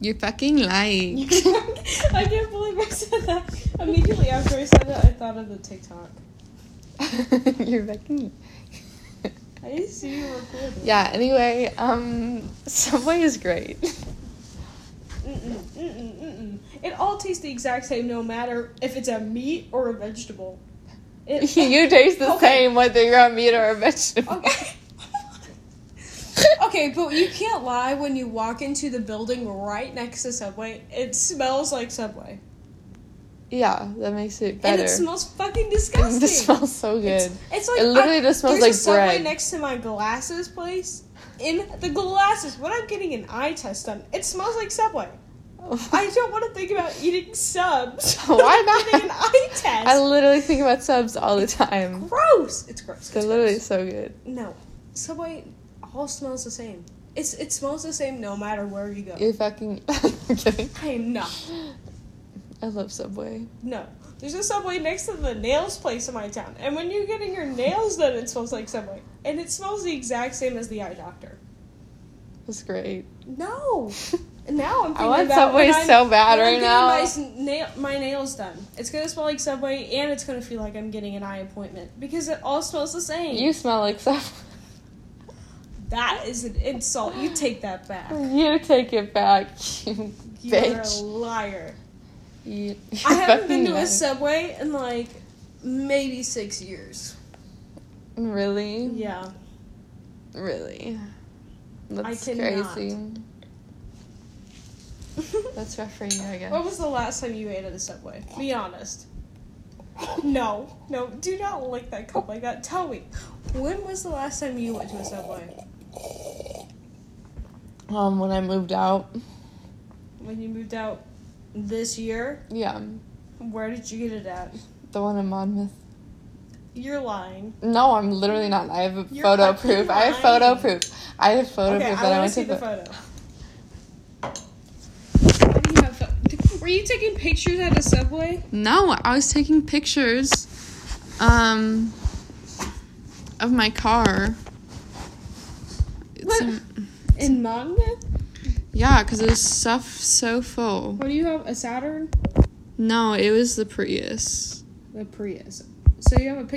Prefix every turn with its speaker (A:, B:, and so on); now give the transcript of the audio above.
A: You're fucking lying.
B: I can't believe I said that. Immediately after I said that, I thought of the TikTok.
A: You're fucking.
B: I didn't see you record it.
A: yeah. Anyway, um, Subway is great.
B: Mm-mm, mm-mm, mm-mm. It all tastes the exact same, no matter if it's a meat or a vegetable. It,
A: you taste the
B: Okay.
A: same whether you're a meat or a vegetable.
B: Okay. okay, but you can't lie when you walk into the building right next to Subway. It smells like Subway.
A: Yeah, that makes it better.
B: And it smells fucking disgusting.
A: This smells so good.
B: It's, it's like
A: It literally just smells
B: there's
A: like
B: a subway
A: bread.
B: next to my glasses place. In the glasses, when I'm getting an eye test done, it smells like Subway. I don't want to think about eating subs.
A: Why
B: when I'm
A: not?
B: Getting an eye test.
A: I literally think about subs all the time.
B: gross. It's gross. It's
A: They're literally
B: gross.
A: so good.
B: No, Subway all smells the same. It's it smells the same no matter where you go.
A: You're fucking. I'm kidding.
B: I am not.
A: I love Subway.
B: No. There's a subway next to the nails place in my town. And when you're getting your nails done, it smells like subway. And it smells the exact same as the eye doctor.
A: It's great.
B: No. Now I'm thinking
A: I want
B: about
A: Subway
B: when I'm-
A: so bad
B: when I'm
A: right
B: getting
A: now.
B: My, s- nail, my nails done. It's gonna smell like Subway, and it's gonna feel like I'm getting an eye appointment because it all smells the same.
A: You smell like Subway.
B: that is an insult. You take that back.
A: You take it back, you
B: You are a
A: bitch.
B: liar.
A: You,
B: I haven't
A: fucking
B: been to
A: liar.
B: a Subway in like maybe six years.
A: Really?
B: Yeah.
A: Really? That's
B: cannot.
A: crazy. That's rough for you, I guess.
B: When was the last time you ate at a Subway? Be honest. No, no, do not lick that cup like that. Tell me, when was the last time you went to a Subway?
A: Um, when I moved out,
B: When you moved out this year?
A: yeah,
B: Where did you get it at?
A: the one in Monmouth.
B: You're lying.
A: No, I'm literally not. I have a
B: You're
A: photo
B: fucking
A: proof. I have
B: lying.
A: photo proof. I have photo
B: okay,
A: proof
B: I
A: that I,
B: want to
A: went
B: see
A: to.
B: the
A: pho-
B: photo. Why do you have pho- Were you taking pictures at a Subway?
A: no, I was taking pictures, um, of my car. It's
B: What?
A: in-
B: In Monmouth?
A: yeah, because it was stuff so full.
B: What do you have? A Saturn?
A: No, it was the Prius.
B: The Prius. So you have a picture.